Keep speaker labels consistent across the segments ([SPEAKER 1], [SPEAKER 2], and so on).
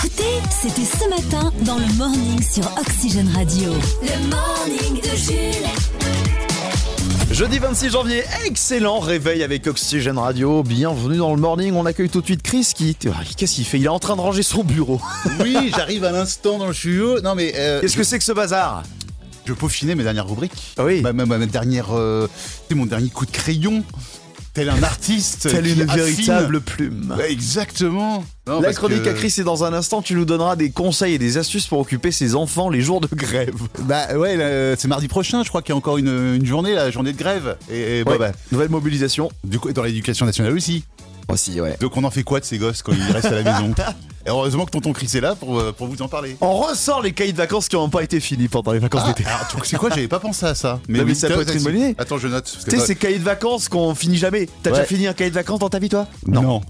[SPEAKER 1] C'était ce matin dans le morning sur Oxygène Radio. Le morning de Jules.
[SPEAKER 2] Jeudi 26 janvier, excellent réveil avec Oxygène Radio. Bienvenue dans le morning. On accueille tout de suite Chris qui. Qu'est-ce qu'il fait Il est en train de ranger son bureau.
[SPEAKER 3] Oui, j'arrive à l'instant dans le studio. Non mais euh,
[SPEAKER 2] Qu'est-ce que c'est que ce bazar
[SPEAKER 3] je peaufinais mes dernières rubriques.
[SPEAKER 2] Ah oui.
[SPEAKER 3] Ma, ma- ma dernière, euh, c'est mon dernier coup de crayon. Tel un artiste.
[SPEAKER 2] Telle
[SPEAKER 3] qui
[SPEAKER 2] une
[SPEAKER 3] affine.
[SPEAKER 2] véritable plume.
[SPEAKER 3] Ouais, exactement. Non,
[SPEAKER 2] La
[SPEAKER 3] parce
[SPEAKER 2] chronique
[SPEAKER 3] que-
[SPEAKER 2] à Chris est dans un instant. Tu nous donneras des conseils et des astuces pour occuper ses enfants les jours de grève.
[SPEAKER 3] Bah ouais, là, c'est mardi prochain. Je crois qu'il y a encore une, une journée, la journée de grève. Et, et bah,
[SPEAKER 2] Ouais.
[SPEAKER 3] bah,
[SPEAKER 2] Nouvelle mobilisation.
[SPEAKER 3] du coup, dans l'éducation nationale aussi.
[SPEAKER 2] Aussi, ouais.
[SPEAKER 3] Donc on en fait quoi de ces gosses quand ils restent à la maison Et Heureusement que tonton Chris est là pour, euh, pour vous en parler.
[SPEAKER 2] On ressort les cahiers de vacances qui n'ont pas été finis pendant les vacances
[SPEAKER 3] Ah,
[SPEAKER 2] d'été.
[SPEAKER 3] alors, tu- c'est quoi J'avais pas pensé à ça.
[SPEAKER 2] Non, mais
[SPEAKER 3] oui,
[SPEAKER 2] ça
[SPEAKER 3] t'as-
[SPEAKER 2] peut être une bonne idée.
[SPEAKER 3] Attends, je note. parce
[SPEAKER 2] Tu
[SPEAKER 3] que
[SPEAKER 2] sais,
[SPEAKER 3] moi-
[SPEAKER 2] ces cahiers de vacances qu'on finit jamais. T'as
[SPEAKER 3] Ouais.
[SPEAKER 2] déjà fini un cahier de vacances dans ta vie, toi
[SPEAKER 3] Non. non.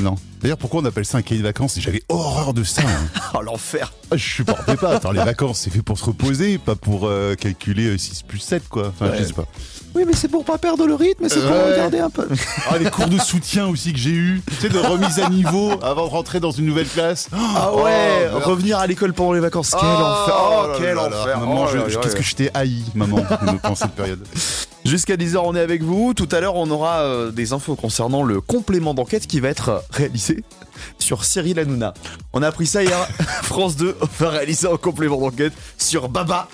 [SPEAKER 3] Non, D'ailleurs, pourquoi on appelle ça un cahier de vacances J'avais horreur de ça. hein.
[SPEAKER 2] Oh, l'enfer.
[SPEAKER 3] Ah, je supportais pas. Attends, les vacances, c'est fait pour se reposer, pas pour euh, calculer euh, 6 plus 7, quoi. Enfin, je sais pas.
[SPEAKER 2] Oui, mais c'est pour pas perdre le rythme et c'est pour
[SPEAKER 3] Ouais.
[SPEAKER 2] regarder un peu.
[SPEAKER 3] Ah, les cours de soutien aussi que j'ai eu. Tu sais, de remise à niveau avant de rentrer dans une nouvelle classe.
[SPEAKER 2] Ah
[SPEAKER 3] Oh,
[SPEAKER 2] ouais,
[SPEAKER 3] merde.
[SPEAKER 2] revenir à l'école pendant les vacances, quel enfer. Oh,
[SPEAKER 3] là là
[SPEAKER 2] quel
[SPEAKER 3] là là.
[SPEAKER 2] enfer.
[SPEAKER 3] Maman,
[SPEAKER 2] Oh
[SPEAKER 3] je-
[SPEAKER 2] là
[SPEAKER 3] je-
[SPEAKER 2] là
[SPEAKER 3] qu'est-ce
[SPEAKER 2] là.
[SPEAKER 3] que je t'ai haï, maman, pendant cette période.
[SPEAKER 2] Jusqu'à 10h, on est avec vous. Tout à l'heure, on aura euh, des infos concernant le complément d'enquête qui va être euh, réalisé sur Cyril Hanouna. On a appris ça hier. France 2 va réaliser un complément d'enquête sur Baba.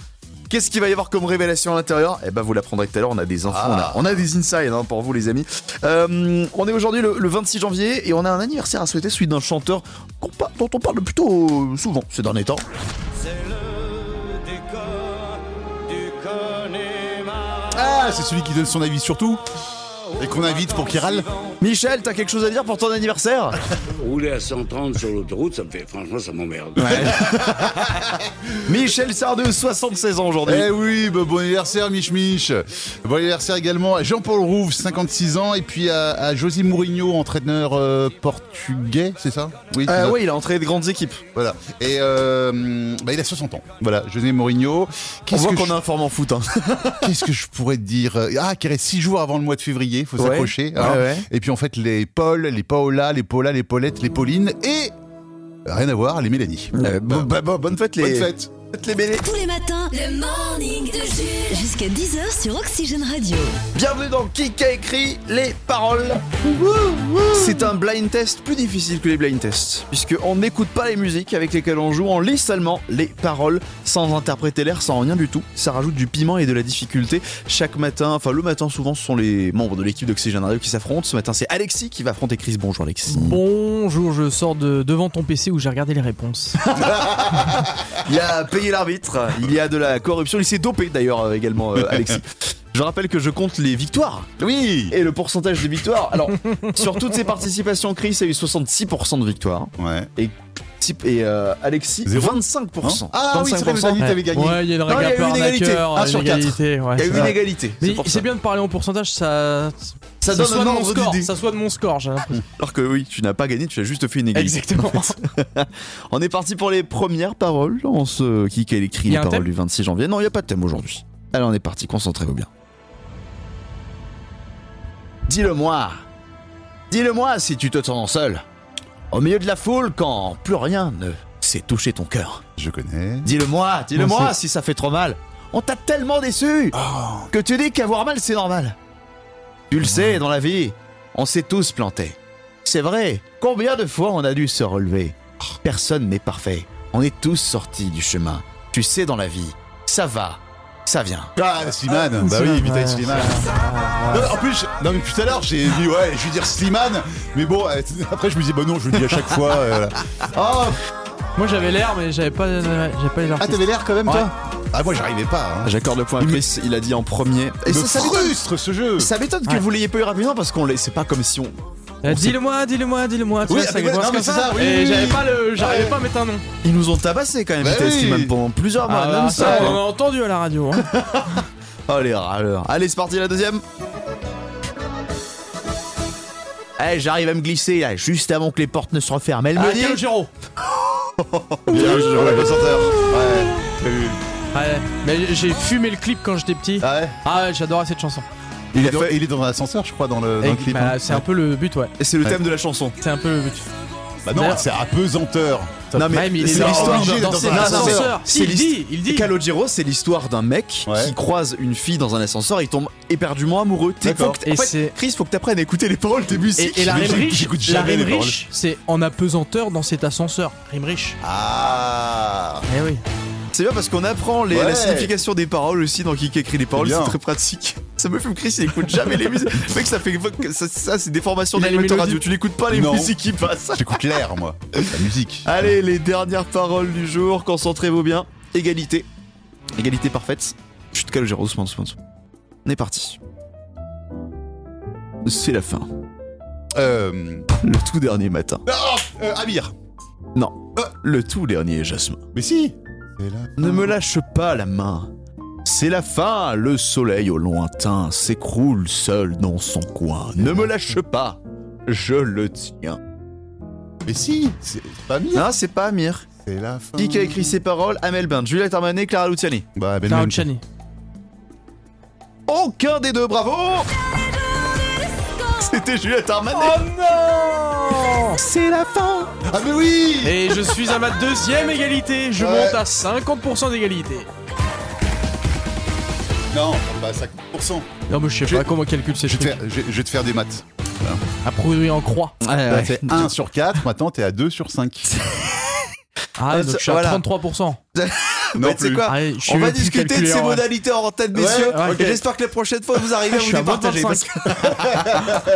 [SPEAKER 2] Qu'est-ce qu'il va y avoir comme révélation à l'intérieur Eh ben, vous l'apprendrez tout à l'heure. On a des infos,
[SPEAKER 3] Ah.
[SPEAKER 2] on, a, on a des insides hein, pour vous, les amis. Euh, on est aujourd'hui le, le 26 janvier et on a un anniversaire à souhaiter, celui d'un chanteur qu'on pa- dont on parle plutôt euh, souvent ces derniers temps.
[SPEAKER 4] C'est le décor du Connemara.
[SPEAKER 3] Ah, c'est celui qui donne son avis sur tout. Et qu'on invite pour qu'il râle.
[SPEAKER 2] Michel, t'as quelque chose à dire pour ton anniversaire
[SPEAKER 5] Rouler à 130 sur l'autoroute, ça me fait, franchement, ça m'emmerde.
[SPEAKER 2] Michel Sardou, 76 ans aujourd'hui.
[SPEAKER 3] Eh oui, bah, bon anniversaire Mich Mich. Bon anniversaire également à Jean-Paul Rouve, 56 ans, et puis à, à José Mourinho, entraîneur euh, portugais, c'est ça Oui. c'est
[SPEAKER 2] Euh,
[SPEAKER 3] ça.
[SPEAKER 2] oui, il a entré de grandes équipes.
[SPEAKER 3] Voilà. Et euh, bah, il a 60 ans. Voilà, José Mourinho.
[SPEAKER 2] On
[SPEAKER 3] Qu'est-ce
[SPEAKER 2] voit
[SPEAKER 3] que,
[SPEAKER 2] qu'on
[SPEAKER 3] je-
[SPEAKER 2] a un forme en foot. hein.
[SPEAKER 3] qu'est-ce que je pourrais te dire Ah, qui reste 6 jours avant le mois de février, faut
[SPEAKER 2] Ouais.
[SPEAKER 3] s'accrocher. hein.
[SPEAKER 2] Ouais, ouais.
[SPEAKER 3] Et puis en fait, les Paul, les Paola, les Paula, les Paulette, les Pauline, et rien à voir, les Mélanie.
[SPEAKER 2] Euh, bon- bah, bon- bonne fête les.
[SPEAKER 3] Bonne fête.
[SPEAKER 2] les bébés.
[SPEAKER 1] Tous les matins, le morning de Jules. Jusqu'à 10h sur Oxygène Radio.
[SPEAKER 2] Bienvenue dans Qui a écrit les paroles. C'est un blind test plus difficile que les blind tests, puisque on n'écoute pas les musiques avec lesquelles on joue, on lit seulement les paroles sans interpréter l'air, sans rien du tout. Ça rajoute du piment et de la difficulté. Chaque matin, enfin le matin souvent, ce sont les membres de l'équipe d'Oxygène Radio qui s'affrontent. Ce matin, c'est Alexis qui va affronter Chris. Bonjour Alexis.
[SPEAKER 6] Bonjour, je sors de devant ton PC où j'ai regardé les réponses.
[SPEAKER 2] Il a payé l'arbitre, il y a de la corruption, il s'est dopé d'ailleurs euh, également euh, Alexis. Je rappelle que je compte les victoires
[SPEAKER 3] Oui.
[SPEAKER 2] et le pourcentage de victoires. Alors, sur toutes ses participations, Chris a eu 66% de victoires
[SPEAKER 3] Ouais.
[SPEAKER 2] Type- et euh, Alexis
[SPEAKER 3] Zéro
[SPEAKER 2] 25%.
[SPEAKER 6] Hein
[SPEAKER 3] Ah oui, c'est vrai, vous avez dit que t'avais gagné.
[SPEAKER 6] Ouais, il y a une
[SPEAKER 2] Non, il y a
[SPEAKER 6] règle un peu
[SPEAKER 2] eu une égalité.
[SPEAKER 6] arnaqueur,
[SPEAKER 2] Un
[SPEAKER 6] une
[SPEAKER 2] sur quatre. Il
[SPEAKER 6] égalité, ouais,
[SPEAKER 2] y a
[SPEAKER 6] c'est
[SPEAKER 2] eu une
[SPEAKER 6] vrai.
[SPEAKER 2] égalité.
[SPEAKER 6] Mais
[SPEAKER 2] C'est pour
[SPEAKER 6] c'est
[SPEAKER 2] ça.
[SPEAKER 6] bien de parler en pourcentage, ça,
[SPEAKER 2] Ça donne
[SPEAKER 6] soit
[SPEAKER 2] un
[SPEAKER 6] de mon
[SPEAKER 2] ordre
[SPEAKER 6] score,
[SPEAKER 2] d'idée.
[SPEAKER 6] ça soit de mon score, j'ai l'impression.
[SPEAKER 2] Alors que oui, tu n'as pas gagné, tu as juste fait une égalité.
[SPEAKER 6] Exactement.
[SPEAKER 2] On est parti pour les premières paroles. On se qui a écrit
[SPEAKER 6] Il y
[SPEAKER 2] les
[SPEAKER 6] a un
[SPEAKER 2] paroles
[SPEAKER 6] thème
[SPEAKER 2] du 26 janvier. Non, il n'y a pas de thème aujourd'hui. Allez, on est parti, concentrez-vous bien. Dis-le-moi. Dis-le-moi si tu te sens seul. Au milieu de la foule quand plus rien ne sait toucher ton cœur.
[SPEAKER 3] Je connais.
[SPEAKER 2] Dis-le-moi, dis-le-moi si ça fait trop mal. On t'a tellement déçu que tu dis qu'avoir mal c'est normal. Tu le sais, dans la vie, on s'est tous plantés. C'est vrai, combien de fois on a dû se relever Personne n'est parfait. On est tous sortis du chemin. Tu sais, dans la vie, ça va, ça vient.
[SPEAKER 3] Ah, Slimane, bah
[SPEAKER 6] Slimane,
[SPEAKER 3] oui, Vitaly
[SPEAKER 6] ouais,
[SPEAKER 3] Slimane. Non, en plus, je- non, mais tout à l'heure, j'ai dit, ouais, je vais dire Slimane, mais bon, euh, après, je me disais, bah non, je le dis à chaque fois. euh, Oh,
[SPEAKER 6] Moi j'avais l'air, mais j'avais pas, euh, j'avais pas les
[SPEAKER 3] ah,
[SPEAKER 6] artistes.
[SPEAKER 3] t'avais l'air quand même,
[SPEAKER 2] Ouais.
[SPEAKER 3] toi Ah, moi, j'arrivais pas. Hein.
[SPEAKER 2] J'accorde le point à Chris, il a dit en premier. Et
[SPEAKER 3] me
[SPEAKER 2] ça, ça m'étonne-
[SPEAKER 3] frustre ce jeu.
[SPEAKER 2] ça m'étonne que
[SPEAKER 6] Ouais.
[SPEAKER 2] vous l'ayez pas eu rapidement parce qu'on l'est- c'est pas comme si on.
[SPEAKER 6] Euh, dis-le-moi, dis-le-moi, dis-le-moi. tu
[SPEAKER 3] Oui,
[SPEAKER 6] vois,
[SPEAKER 3] mais ouais,
[SPEAKER 6] commence
[SPEAKER 3] non, mais
[SPEAKER 6] comme
[SPEAKER 3] c'est ça, oui, oui,
[SPEAKER 6] Et j'avais
[SPEAKER 3] oui.
[SPEAKER 6] pas le, j'arrivais
[SPEAKER 3] Ouais.
[SPEAKER 6] pas à mettre un nom.
[SPEAKER 2] Ils nous ont tabassé quand même,
[SPEAKER 3] Bah
[SPEAKER 2] Vitaly
[SPEAKER 3] oui.
[SPEAKER 2] Slimane, pendant plusieurs mois.
[SPEAKER 6] Ah,
[SPEAKER 2] même
[SPEAKER 6] bah,
[SPEAKER 2] ça,
[SPEAKER 6] ça,
[SPEAKER 2] hein.
[SPEAKER 6] on a entendu à la radio. hein.
[SPEAKER 2] Oh les râleurs. Allez, c'est parti la deuxième. Eh, j'arrive à me glisser là, juste avant que les portes ne se referment. Elle me
[SPEAKER 6] Ah,
[SPEAKER 2] dit.
[SPEAKER 6] Calogero.
[SPEAKER 3] Bien joué, ouais, le senteur. Ouais.
[SPEAKER 6] Ouais, mais j'ai fumé le clip quand j'étais petit.
[SPEAKER 3] Ah ouais.
[SPEAKER 6] Ah ouais, j'adorais cette chanson.
[SPEAKER 3] Il,
[SPEAKER 2] Il
[SPEAKER 3] est
[SPEAKER 2] a
[SPEAKER 3] dans,
[SPEAKER 2] fait-
[SPEAKER 3] il est dans un ascenseur, je crois, dans le, dans
[SPEAKER 6] Et-
[SPEAKER 3] le clip.
[SPEAKER 6] bah,
[SPEAKER 3] hein.
[SPEAKER 6] c'est un peu le but, ouais.
[SPEAKER 2] Et c'est le thème de la chanson.
[SPEAKER 6] C'est un peu le but.
[SPEAKER 3] Bah non,
[SPEAKER 6] D'ailleurs-
[SPEAKER 3] c'est apesanteur.
[SPEAKER 6] Top
[SPEAKER 2] Non, mais
[SPEAKER 6] Mime, il est
[SPEAKER 2] c'est
[SPEAKER 6] dans-
[SPEAKER 2] l'histoire
[SPEAKER 6] dans-
[SPEAKER 3] d'un-
[SPEAKER 6] dans
[SPEAKER 3] dans
[SPEAKER 6] c'est
[SPEAKER 3] un
[SPEAKER 6] l'ascenseur.
[SPEAKER 2] ascenseur.
[SPEAKER 6] Si, Il
[SPEAKER 2] C'est l'hist-
[SPEAKER 6] dit, il dit.
[SPEAKER 2] Calogero, c'est l'histoire d'un mec
[SPEAKER 3] Ouais.
[SPEAKER 2] qui croise une fille dans un ascenseur, il tombe éperdument amoureux. T'es-
[SPEAKER 3] D'accord.
[SPEAKER 2] faut que t'- en
[SPEAKER 6] Et
[SPEAKER 2] fait,
[SPEAKER 6] c'est-
[SPEAKER 2] Chris, faut que t'apprennes à écouter les paroles des musiques.
[SPEAKER 6] Et, et la
[SPEAKER 3] Mais
[SPEAKER 6] rime
[SPEAKER 3] j'écoute-
[SPEAKER 6] riche,
[SPEAKER 3] j'écoute
[SPEAKER 6] la
[SPEAKER 3] jamais
[SPEAKER 6] rime
[SPEAKER 3] les paroles.
[SPEAKER 6] riche, c'est en apesanteur dans cet ascenseur. Rime riche.
[SPEAKER 3] Ah
[SPEAKER 6] Eh oui.
[SPEAKER 2] C'est bien parce qu'on apprend les- la
[SPEAKER 3] Ouais.
[SPEAKER 2] signification des paroles aussi dans qui écrit les paroles,
[SPEAKER 3] C'est
[SPEAKER 2] c'est
[SPEAKER 3] bien.
[SPEAKER 2] très pratique. Ça me fume Chris, il écoute jamais les musiques. Mec, ça fait ça, ça, c'est des formations
[SPEAKER 6] Il a les
[SPEAKER 2] d'animateur
[SPEAKER 6] mélodies.
[SPEAKER 2] radio, tu n'écoutes pas les
[SPEAKER 3] Non.
[SPEAKER 2] musiques qui passent.
[SPEAKER 3] J'écoute l'air, moi. La musique.
[SPEAKER 2] Allez, les dernières paroles du jour, concentrez-vous bien. Égalité. Égalité parfaite. Chut, Calogero, doucement, doucement, doucement. On est parti. C'est la fin.
[SPEAKER 3] Euh,
[SPEAKER 2] Le tout dernier matin.
[SPEAKER 3] ah, euh, Amir.
[SPEAKER 2] Non. Euh, Le tout dernier jasmin.
[SPEAKER 3] Mais si C'est là.
[SPEAKER 2] Ne me lâche pas la main. C'est la fin, le soleil au lointain s'écroule seul dans son coin. Ne me lâche pas, je le tiens.
[SPEAKER 3] Mais si C'est c'est pas Amir.
[SPEAKER 2] Non, c'est pas Amir.
[SPEAKER 3] C'est la fin.
[SPEAKER 2] Qui a écrit ces paroles Amel Bint, Juliette Armanet, Clara Luciani.
[SPEAKER 3] Bah, ben
[SPEAKER 6] Clara
[SPEAKER 3] Ben-
[SPEAKER 6] Luciani.
[SPEAKER 2] Aucun des deux, bravo C'était Juliette Armanet
[SPEAKER 6] Oh non
[SPEAKER 2] C'est la fin
[SPEAKER 3] Ah, mais oui
[SPEAKER 6] Et je suis à ma deuxième égalité. Je
[SPEAKER 3] Ouais.
[SPEAKER 6] monte à 50% d'égalité.
[SPEAKER 3] Non, bah 50%.
[SPEAKER 6] Non, mais je sais
[SPEAKER 3] Je-
[SPEAKER 6] pas comment on calcule ces
[SPEAKER 3] Je vais te
[SPEAKER 6] trucs.
[SPEAKER 3] faire, je, je vais te faire des maths.
[SPEAKER 6] A priori en croix.
[SPEAKER 2] Ah,
[SPEAKER 3] Là, t'es 1 sur 4, maintenant t'es à 2 sur 5.
[SPEAKER 6] Ah,
[SPEAKER 2] Ah,
[SPEAKER 6] donc
[SPEAKER 2] ça-
[SPEAKER 6] je suis à
[SPEAKER 2] voilà.
[SPEAKER 6] 33%.
[SPEAKER 2] Mais tu sais quoi
[SPEAKER 6] Ah, je suis
[SPEAKER 2] On va
[SPEAKER 6] le plus
[SPEAKER 2] discuter de
[SPEAKER 6] calculeur,
[SPEAKER 2] ces
[SPEAKER 6] ouais.
[SPEAKER 2] modalités en tête, messieurs.
[SPEAKER 6] ouais, ok. Ah,
[SPEAKER 2] Et J'espère que la prochaine fois, vous arrivez à
[SPEAKER 6] Je
[SPEAKER 2] vous
[SPEAKER 6] suis à moins
[SPEAKER 2] départager.
[SPEAKER 6] 25.
[SPEAKER 2] parce que-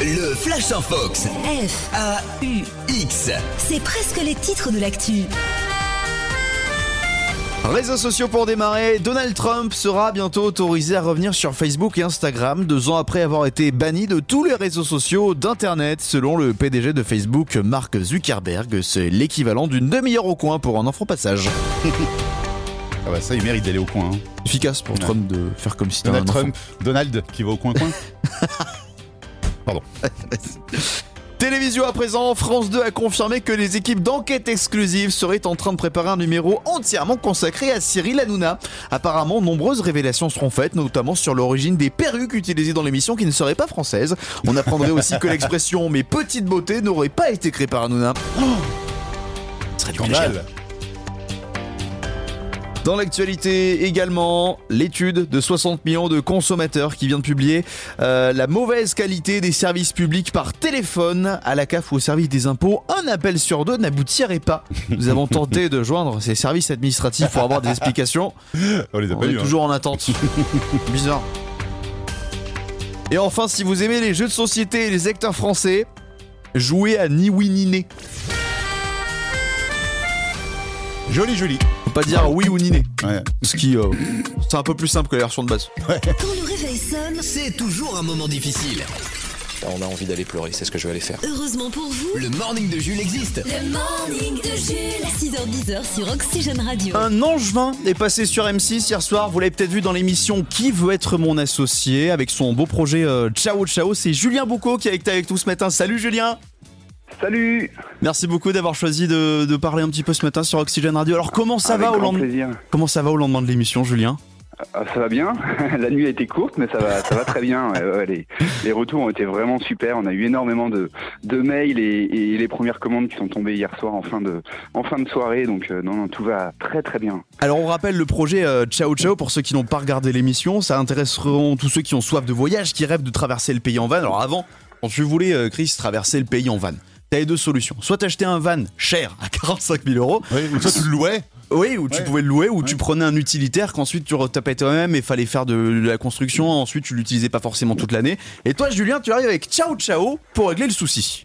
[SPEAKER 7] Le Flash en Fox.
[SPEAKER 1] F,
[SPEAKER 7] A-U-X.
[SPEAKER 1] c'est presque les titres de l'actu.
[SPEAKER 2] Réseaux sociaux pour démarrer, Donald Trump sera bientôt autorisé à revenir sur Facebook et Instagram deux ans après avoir été banni de tous les réseaux sociaux d'Internet. Selon le PDG de Facebook, Mark Zuckerberg, c'est l'équivalent d'une demi-heure au coin pour un enfant passage.
[SPEAKER 3] Ah bah ça, il mérite d'aller au coin. hein.
[SPEAKER 2] Efficace pour Trump de faire comme si c'était
[SPEAKER 3] Donald
[SPEAKER 2] un enfant.
[SPEAKER 3] Trump, Donald qui va au coin-coin.
[SPEAKER 2] Télévision à présent, France 2 a confirmé que les équipes d'enquête exclusive seraient en train de préparer un numéro entièrement consacré à Cyril Hanouna. Apparemment, nombreuses révélations seront faites, notamment sur l'origine des perruques utilisées dans l'émission qui ne seraient pas françaises. On apprendrait aussi que l'expression mes petites beautés n'aurait pas été créée par Hanouna. Ce serait du plagiat.
[SPEAKER 3] Scandale.
[SPEAKER 2] Dans l'actualité également, l'étude de 60 millions de consommateurs qui vient de publier euh, la mauvaise qualité des services publics par téléphone à la CAF ou au service des impôts. Un appel sur deux n'aboutirait pas. Nous avons tenté de joindre ces services administratifs pour avoir des explications.
[SPEAKER 3] On Oh, les a
[SPEAKER 2] On
[SPEAKER 3] pas hein.
[SPEAKER 2] est
[SPEAKER 3] eu.
[SPEAKER 2] toujours en attente. Bizarre. Et enfin, si vous aimez les jeux de société et les acteurs français, jouez à Ni Oui Ni Né.
[SPEAKER 3] Joli, joli.
[SPEAKER 2] Faut pas dire oui ou ni né.
[SPEAKER 3] Ouais.
[SPEAKER 2] Ce qui, euh, c'est un peu plus simple que la version de base.
[SPEAKER 1] Quand le réveil sonne,
[SPEAKER 7] C'est toujours un moment difficile.
[SPEAKER 8] On a envie d'aller pleurer, c'est ce que je vais aller faire.
[SPEAKER 1] heureusement pour vous,
[SPEAKER 7] Le morning de Jules existe.
[SPEAKER 1] le morning de Jules, 6h10 sur Oxygène Radio.
[SPEAKER 2] Un angevin est passé sur M6 hier soir. Vous l'avez peut-être vu dans l'émission Qui veut être mon associé avec son beau projet euh, Ciao Ciao. C'est Julien Boucaud qui est avec- avec nous ce matin. Salut Julien
[SPEAKER 9] Salut
[SPEAKER 2] Merci beaucoup d'avoir choisi de, de parler un petit peu ce matin sur Oxygène Radio. Alors comment ça,
[SPEAKER 9] Avec
[SPEAKER 2] va, au
[SPEAKER 9] grand
[SPEAKER 2] lendemain,
[SPEAKER 9] plaisir.
[SPEAKER 2] comment ça va au lendemain de l'émission Julien
[SPEAKER 9] Ah, ça va bien. La nuit a été courte, mais ça va, ça va très bien. Ouais, ouais, les, les retours ont été vraiment super. On a eu énormément de, de mails et, et les premières commandes qui sont tombées hier soir en fin de, en fin de soirée. Donc euh, non, non, tout va très très bien.
[SPEAKER 2] Alors on rappelle le projet euh, Ciao Ciao pour ceux qui n'ont pas regardé l'émission. Ça intéresseront tous ceux qui ont soif de voyage, qui rêvent de traverser le pays en van. Alors avant, quand tu voulais, euh, Chris, traverser le pays en van. T'avais deux solutions. Soit t'achetais un van cher à 45 000 euros,
[SPEAKER 3] Ouais, ou toi, tu le louais.
[SPEAKER 2] Oui, où tu
[SPEAKER 3] Ouais.
[SPEAKER 2] pouvais le louer, où tu prenais un utilitaire qu'ensuite tu retapais toi-même et fallait faire de, de la construction. Ensuite, tu l'utilisais pas forcément toute l'année. Et toi, Julien, tu arrives avec ciao ciao pour régler le souci.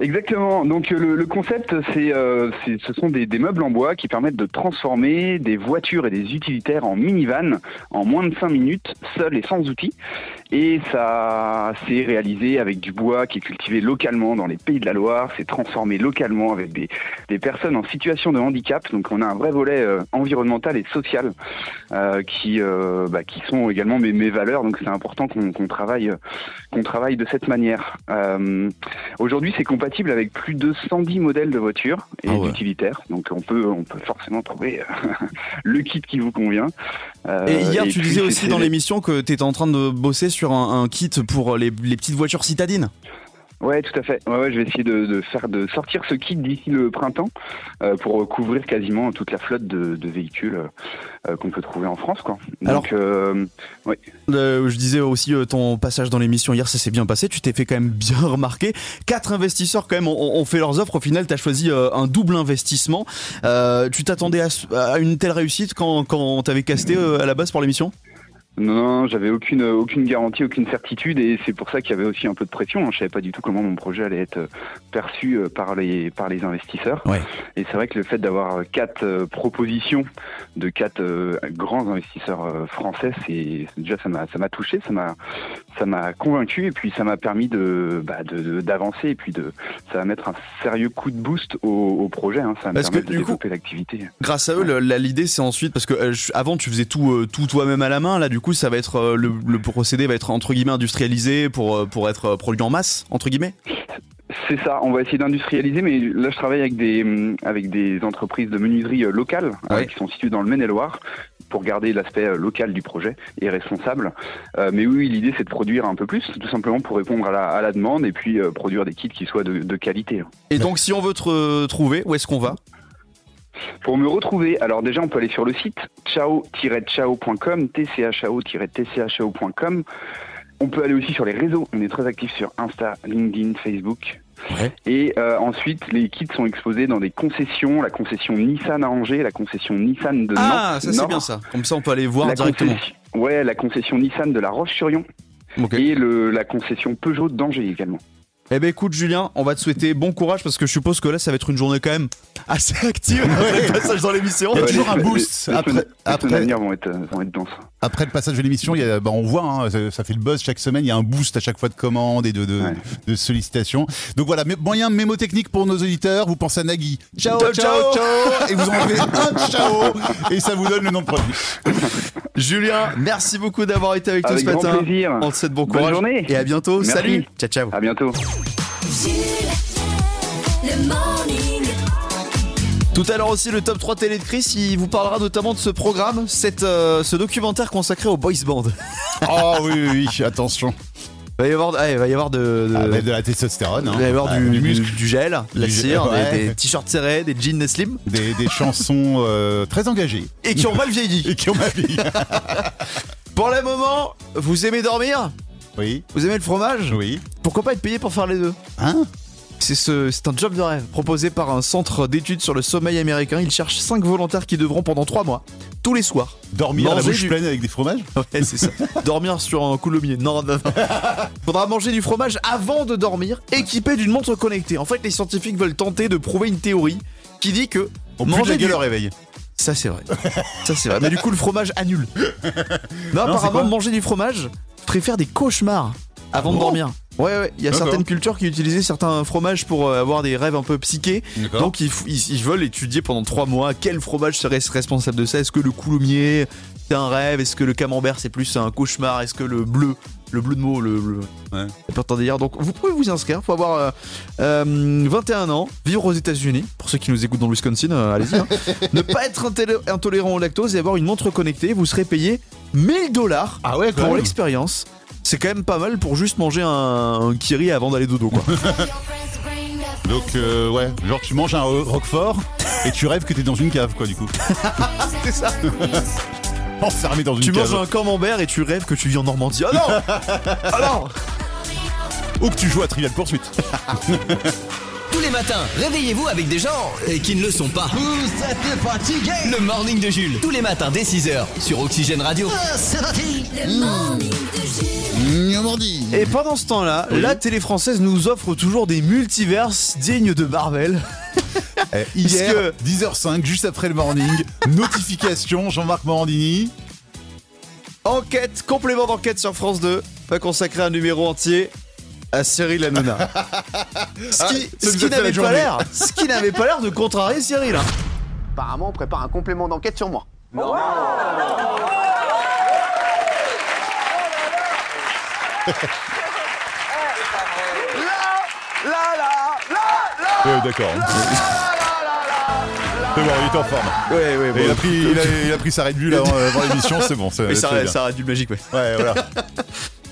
[SPEAKER 9] Exactement. Donc euh, le, le concept, c'est, euh, c'est- ce sont des, des meubles en bois qui permettent de transformer des voitures et des utilitaires en minivan en moins de 5 minutes, seul et sans outils. Et ça, c'est réalisé avec du bois qui est cultivé localement dans les pays de la Loire. C'est transformé localement avec des, des personnes en situation de handicap. Donc on a un vrai volet euh, environnemental et social euh, qui, euh, bah, qui sont également mes, mes valeurs. Donc c'est important qu'on, qu'on travaille, qu'on travaille de cette manière. Euh, Aujourd'hui, c'est compatible avec plus de 110 modèles de voitures et
[SPEAKER 2] Ah ouais.
[SPEAKER 9] d'utilitaires. Donc, on peut, on peut forcément trouver euh, le kit qui vous convient. Euh,
[SPEAKER 2] Et hier, tu
[SPEAKER 9] puis,
[SPEAKER 2] disais
[SPEAKER 9] c'est-
[SPEAKER 2] aussi
[SPEAKER 9] c'est-
[SPEAKER 2] dans l'émission que t'étais en train de bosser sur un, un kit pour les, les petites voitures citadines.
[SPEAKER 9] Ouais, tout à fait. Ouais, ouais, je vais essayer de, de faire de sortir ce kit d'ici le printemps euh, pour couvrir quasiment toute la flotte de, de véhicules euh, qu'on peut trouver en France, quoi. Donc,
[SPEAKER 2] Alors-
[SPEAKER 9] euh,
[SPEAKER 2] Euh, je disais aussi euh, ton passage dans l'émission hier, ça s'est bien passé. Tu t'es fait quand même bien remarquer. Quatre investisseurs quand même ont, ont fait leurs offres. Au final, t'as choisi euh, un double investissement. Euh, tu t'attendais à, ce- à une telle réussite quand quand t'avais casté euh, à la base pour l'émission
[SPEAKER 9] Non, non, j'avais aucune, aucune garantie, aucune certitude, et c'est pour ça qu'il y avait aussi un peu de pression. hein. Je savais pas du tout comment mon projet allait être euh, perçu euh, par les, par les investisseurs.
[SPEAKER 2] Ouais.
[SPEAKER 9] Et c'est vrai que le fait d'avoir euh, quatre euh, propositions de quatre euh, grands investisseurs euh, français, c'est déjà ça m'a, ça m'a touché, ça m'a, ça m'a convaincu, et puis ça m'a permis de, bah, de, de- d'avancer, et puis de, ça va mettre un sérieux coup de boost au, au projet. hein. Ça va me
[SPEAKER 2] Parce que,
[SPEAKER 9] permettre de
[SPEAKER 2] du coup-
[SPEAKER 9] développer l'activité.
[SPEAKER 2] Grâce à eux, le- la- l'idée c'est ensuite parce que euh, je- avant tu faisais tout euh, tout toi-même à la main. Là, du coup, ça va être euh, le, le procédé va être entre guillemets industrialisé pour euh, pour être euh, produit en masse entre guillemets.
[SPEAKER 9] C'est ça, on va essayer d'industrialiser, mais là je travaille avec des, hum, avec des entreprises de menuiserie euh, locales euh,
[SPEAKER 2] Ouais.
[SPEAKER 9] qui sont situées dans le Maine-et-Loire pour garder l'aspect euh, local du projet et responsable. Euh, mais oui, l'idée c'est de produire un peu plus, tout simplement pour répondre à la, à la demande et puis euh, produire des kits qui soient de, de qualité. hein.
[SPEAKER 2] Et donc, si on veut te euh, trouver, où est-ce qu'on va
[SPEAKER 9] Pour me retrouver, alors déjà on peut aller sur le site ciao-ciao.com, tchao-tchao.com. On peut aller aussi sur les réseaux, on est très actifs sur Insta, LinkedIn, Facebook.
[SPEAKER 2] Ouais.
[SPEAKER 9] Et euh, ensuite, les kits sont exposés dans des concessions, la concession Nissan à Angers, la concession Nissan de
[SPEAKER 2] Ah,
[SPEAKER 9] Nantes.
[SPEAKER 2] ça c'est
[SPEAKER 9] Nord,
[SPEAKER 2] bien ça. Comme ça, on peut aller voir
[SPEAKER 9] Euh, la
[SPEAKER 2] directement.
[SPEAKER 9] concession- Ouais, la concession Nissan de la Roche-sur-Yon
[SPEAKER 2] Ok.
[SPEAKER 9] et le, la concession Peugeot d'Angers également.
[SPEAKER 2] Eh ben écoute Julien, on va te souhaiter bon courage parce que je suppose que là ça va être une journée quand même assez active après le passage dans l'émission.
[SPEAKER 3] Il y a
[SPEAKER 9] Ouais,
[SPEAKER 3] toujours
[SPEAKER 9] les-
[SPEAKER 3] un
[SPEAKER 9] les-
[SPEAKER 3] boost
[SPEAKER 9] les semaines-
[SPEAKER 3] après,
[SPEAKER 9] Les semaines à
[SPEAKER 3] après,
[SPEAKER 9] venir vont être, euh, vont être denses.
[SPEAKER 3] après le passage de l'émission. il y a- Bah, on voit, hein, ça, ça fait le buzz chaque semaine. Il y a un boost à chaque fois de commandes et de, de,
[SPEAKER 9] Ouais.
[SPEAKER 3] de sollicitations. Donc voilà, mais, moyen mémotechnique pour nos auditeurs. Vous pensez à Nagui. Ciao, ciao,
[SPEAKER 2] Ciao,
[SPEAKER 3] ciao,
[SPEAKER 2] ciao.
[SPEAKER 3] Et vous enlevez un ciao et ça vous donne le nom de produit.
[SPEAKER 2] Julien, merci beaucoup d'avoir été avec nous
[SPEAKER 9] Avec
[SPEAKER 2] ce
[SPEAKER 9] grand
[SPEAKER 2] matin.
[SPEAKER 9] plaisir.
[SPEAKER 2] On te souhaite bon
[SPEAKER 9] Bonne
[SPEAKER 2] courage
[SPEAKER 9] journée.
[SPEAKER 2] et à bientôt.
[SPEAKER 9] Merci.
[SPEAKER 2] Salut. Ciao ciao.
[SPEAKER 9] À bientôt.
[SPEAKER 1] Jules, le morning.
[SPEAKER 2] Tout à l'heure aussi le top 3 télé de Chris, il vous parlera notamment de ce programme, cette, euh, ce documentaire consacré au boys band.
[SPEAKER 3] Oh oui, oui, oui, attention.
[SPEAKER 2] Il va y avoir, ah, il va y avoir de, de-
[SPEAKER 3] Ah, bah, de la testostérone. hein.
[SPEAKER 2] il va y avoir
[SPEAKER 3] Ah,
[SPEAKER 2] du, du-
[SPEAKER 3] muscle.
[SPEAKER 2] du gel, de la
[SPEAKER 3] Du gel,
[SPEAKER 2] cire, des-
[SPEAKER 3] ouais.
[SPEAKER 2] des, t-shirts serrés, des jeans slim
[SPEAKER 3] Des, des chansons euh, très engagées
[SPEAKER 2] et qui ont mal vieilli.
[SPEAKER 3] et qui ont ma vie.
[SPEAKER 2] Pour le moment, vous aimez dormir
[SPEAKER 3] Oui,
[SPEAKER 2] Vous aimez le fromage
[SPEAKER 3] oui.
[SPEAKER 2] Pourquoi pas être payé pour faire les deux
[SPEAKER 3] Hein
[SPEAKER 2] C'est ce- c'est un job de rêve proposé par un centre d'études sur le sommeil américain. Ils cherchent 5 volontaires qui devront pendant 3 mois, tous les soirs,
[SPEAKER 3] Dormir à la
[SPEAKER 2] Manger
[SPEAKER 3] bouche
[SPEAKER 2] du-
[SPEAKER 3] pleine avec des fromages
[SPEAKER 2] ouais, c'est ça, dormir sur un coulommier. Non, non, non. Faudra manger du fromage avant de dormir, équipé d'une montre connectée. En fait, les scientifiques veulent tenter de prouver une théorie qui dit que
[SPEAKER 3] On pue de la
[SPEAKER 2] Manger
[SPEAKER 3] gueule
[SPEAKER 2] du-
[SPEAKER 3] au réveil.
[SPEAKER 2] ça c'est vrai. Ça c'est vrai. Mais du coup le fromage annule. Non,
[SPEAKER 3] c'est quoi
[SPEAKER 2] apparemment manger du fromage préfère des cauchemars avant de
[SPEAKER 3] bon
[SPEAKER 2] dormir. Ouais ouais, il y a
[SPEAKER 3] D'accord.
[SPEAKER 2] certaines cultures qui utilisaient certains fromages pour euh, avoir des rêves un peu psychés.
[SPEAKER 3] D'accord.
[SPEAKER 2] Donc ils, f- ils- ils veulent étudier pendant 3 mois quel fromage serait responsable de ça. Est-ce que le coulommier c'est un rêve Est-ce que le camembert c'est plus un cauchemar Est-ce que le bleu le bleu de mots, le bleu.
[SPEAKER 3] Ouais.
[SPEAKER 2] C'est important de dire. Donc, vous pouvez vous inscrire. Faut avoir euh, euh, 21 ans, vivre aux États-Unis. Pour ceux qui nous écoutent dans le Wisconsin, euh, allez-y. hein. ne pas être intélé- intolérant au lactose et avoir une montre connectée. Vous serez payé 1000 dollars
[SPEAKER 3] Ah ouais,
[SPEAKER 2] pour l'expérience. C'est quand même pas mal pour juste manger un, un kiri avant d'aller dodo, quoi.
[SPEAKER 3] Donc, euh, ouais, genre tu manges un ro- roquefort et tu rêves que t'es dans une cave, quoi, du coup.
[SPEAKER 2] C'est ça.
[SPEAKER 3] Enfermé dans une
[SPEAKER 2] tu
[SPEAKER 3] cave.
[SPEAKER 2] manges un camembert et tu rêves que tu vis en Normandie. Oh non Alors
[SPEAKER 3] Ou que tu joues à Trivial Poursuite.
[SPEAKER 7] Tous les matins, réveillez-vous avec des gens euh, qui ne le sont pas. Vous êtes fatigués Le morning de Jules. Tous les matins dès 6h sur Oxygène Radio.
[SPEAKER 1] Le morning de Jules.
[SPEAKER 2] Et pendant ce temps-là, la télé française nous offre toujours des multiverses dignes de Marvel.
[SPEAKER 3] Eh, hier,
[SPEAKER 2] Puisque-
[SPEAKER 3] 10h05, juste après le morning, notification, Jean-Marc Morandini.
[SPEAKER 2] Enquête, complément d'enquête sur France 2, va consacrer un numéro entier à Cyril Hanouna. ce qui,
[SPEAKER 3] Ah, ça
[SPEAKER 2] ce
[SPEAKER 3] nous
[SPEAKER 2] qui
[SPEAKER 3] a fait la
[SPEAKER 2] n'avait pas
[SPEAKER 3] journée.
[SPEAKER 2] l'air, ce qui n'avait pas l'air de contrarier Cyril. hein.
[SPEAKER 10] Apparemment, on prépare un complément d'enquête sur moi.
[SPEAKER 3] Ouais, d'accord. C'est bon, il est en forme.
[SPEAKER 2] Ouais, ouais,
[SPEAKER 3] Et
[SPEAKER 2] ouais.
[SPEAKER 3] il, a pris, il, a, il a pris sa Red Bull avant, avant euh, l'émission, c'est bon. ça-
[SPEAKER 2] Mais
[SPEAKER 3] tout
[SPEAKER 2] ça,
[SPEAKER 3] va bien.
[SPEAKER 2] ça a du magique, ouais.
[SPEAKER 3] Ouais, voilà.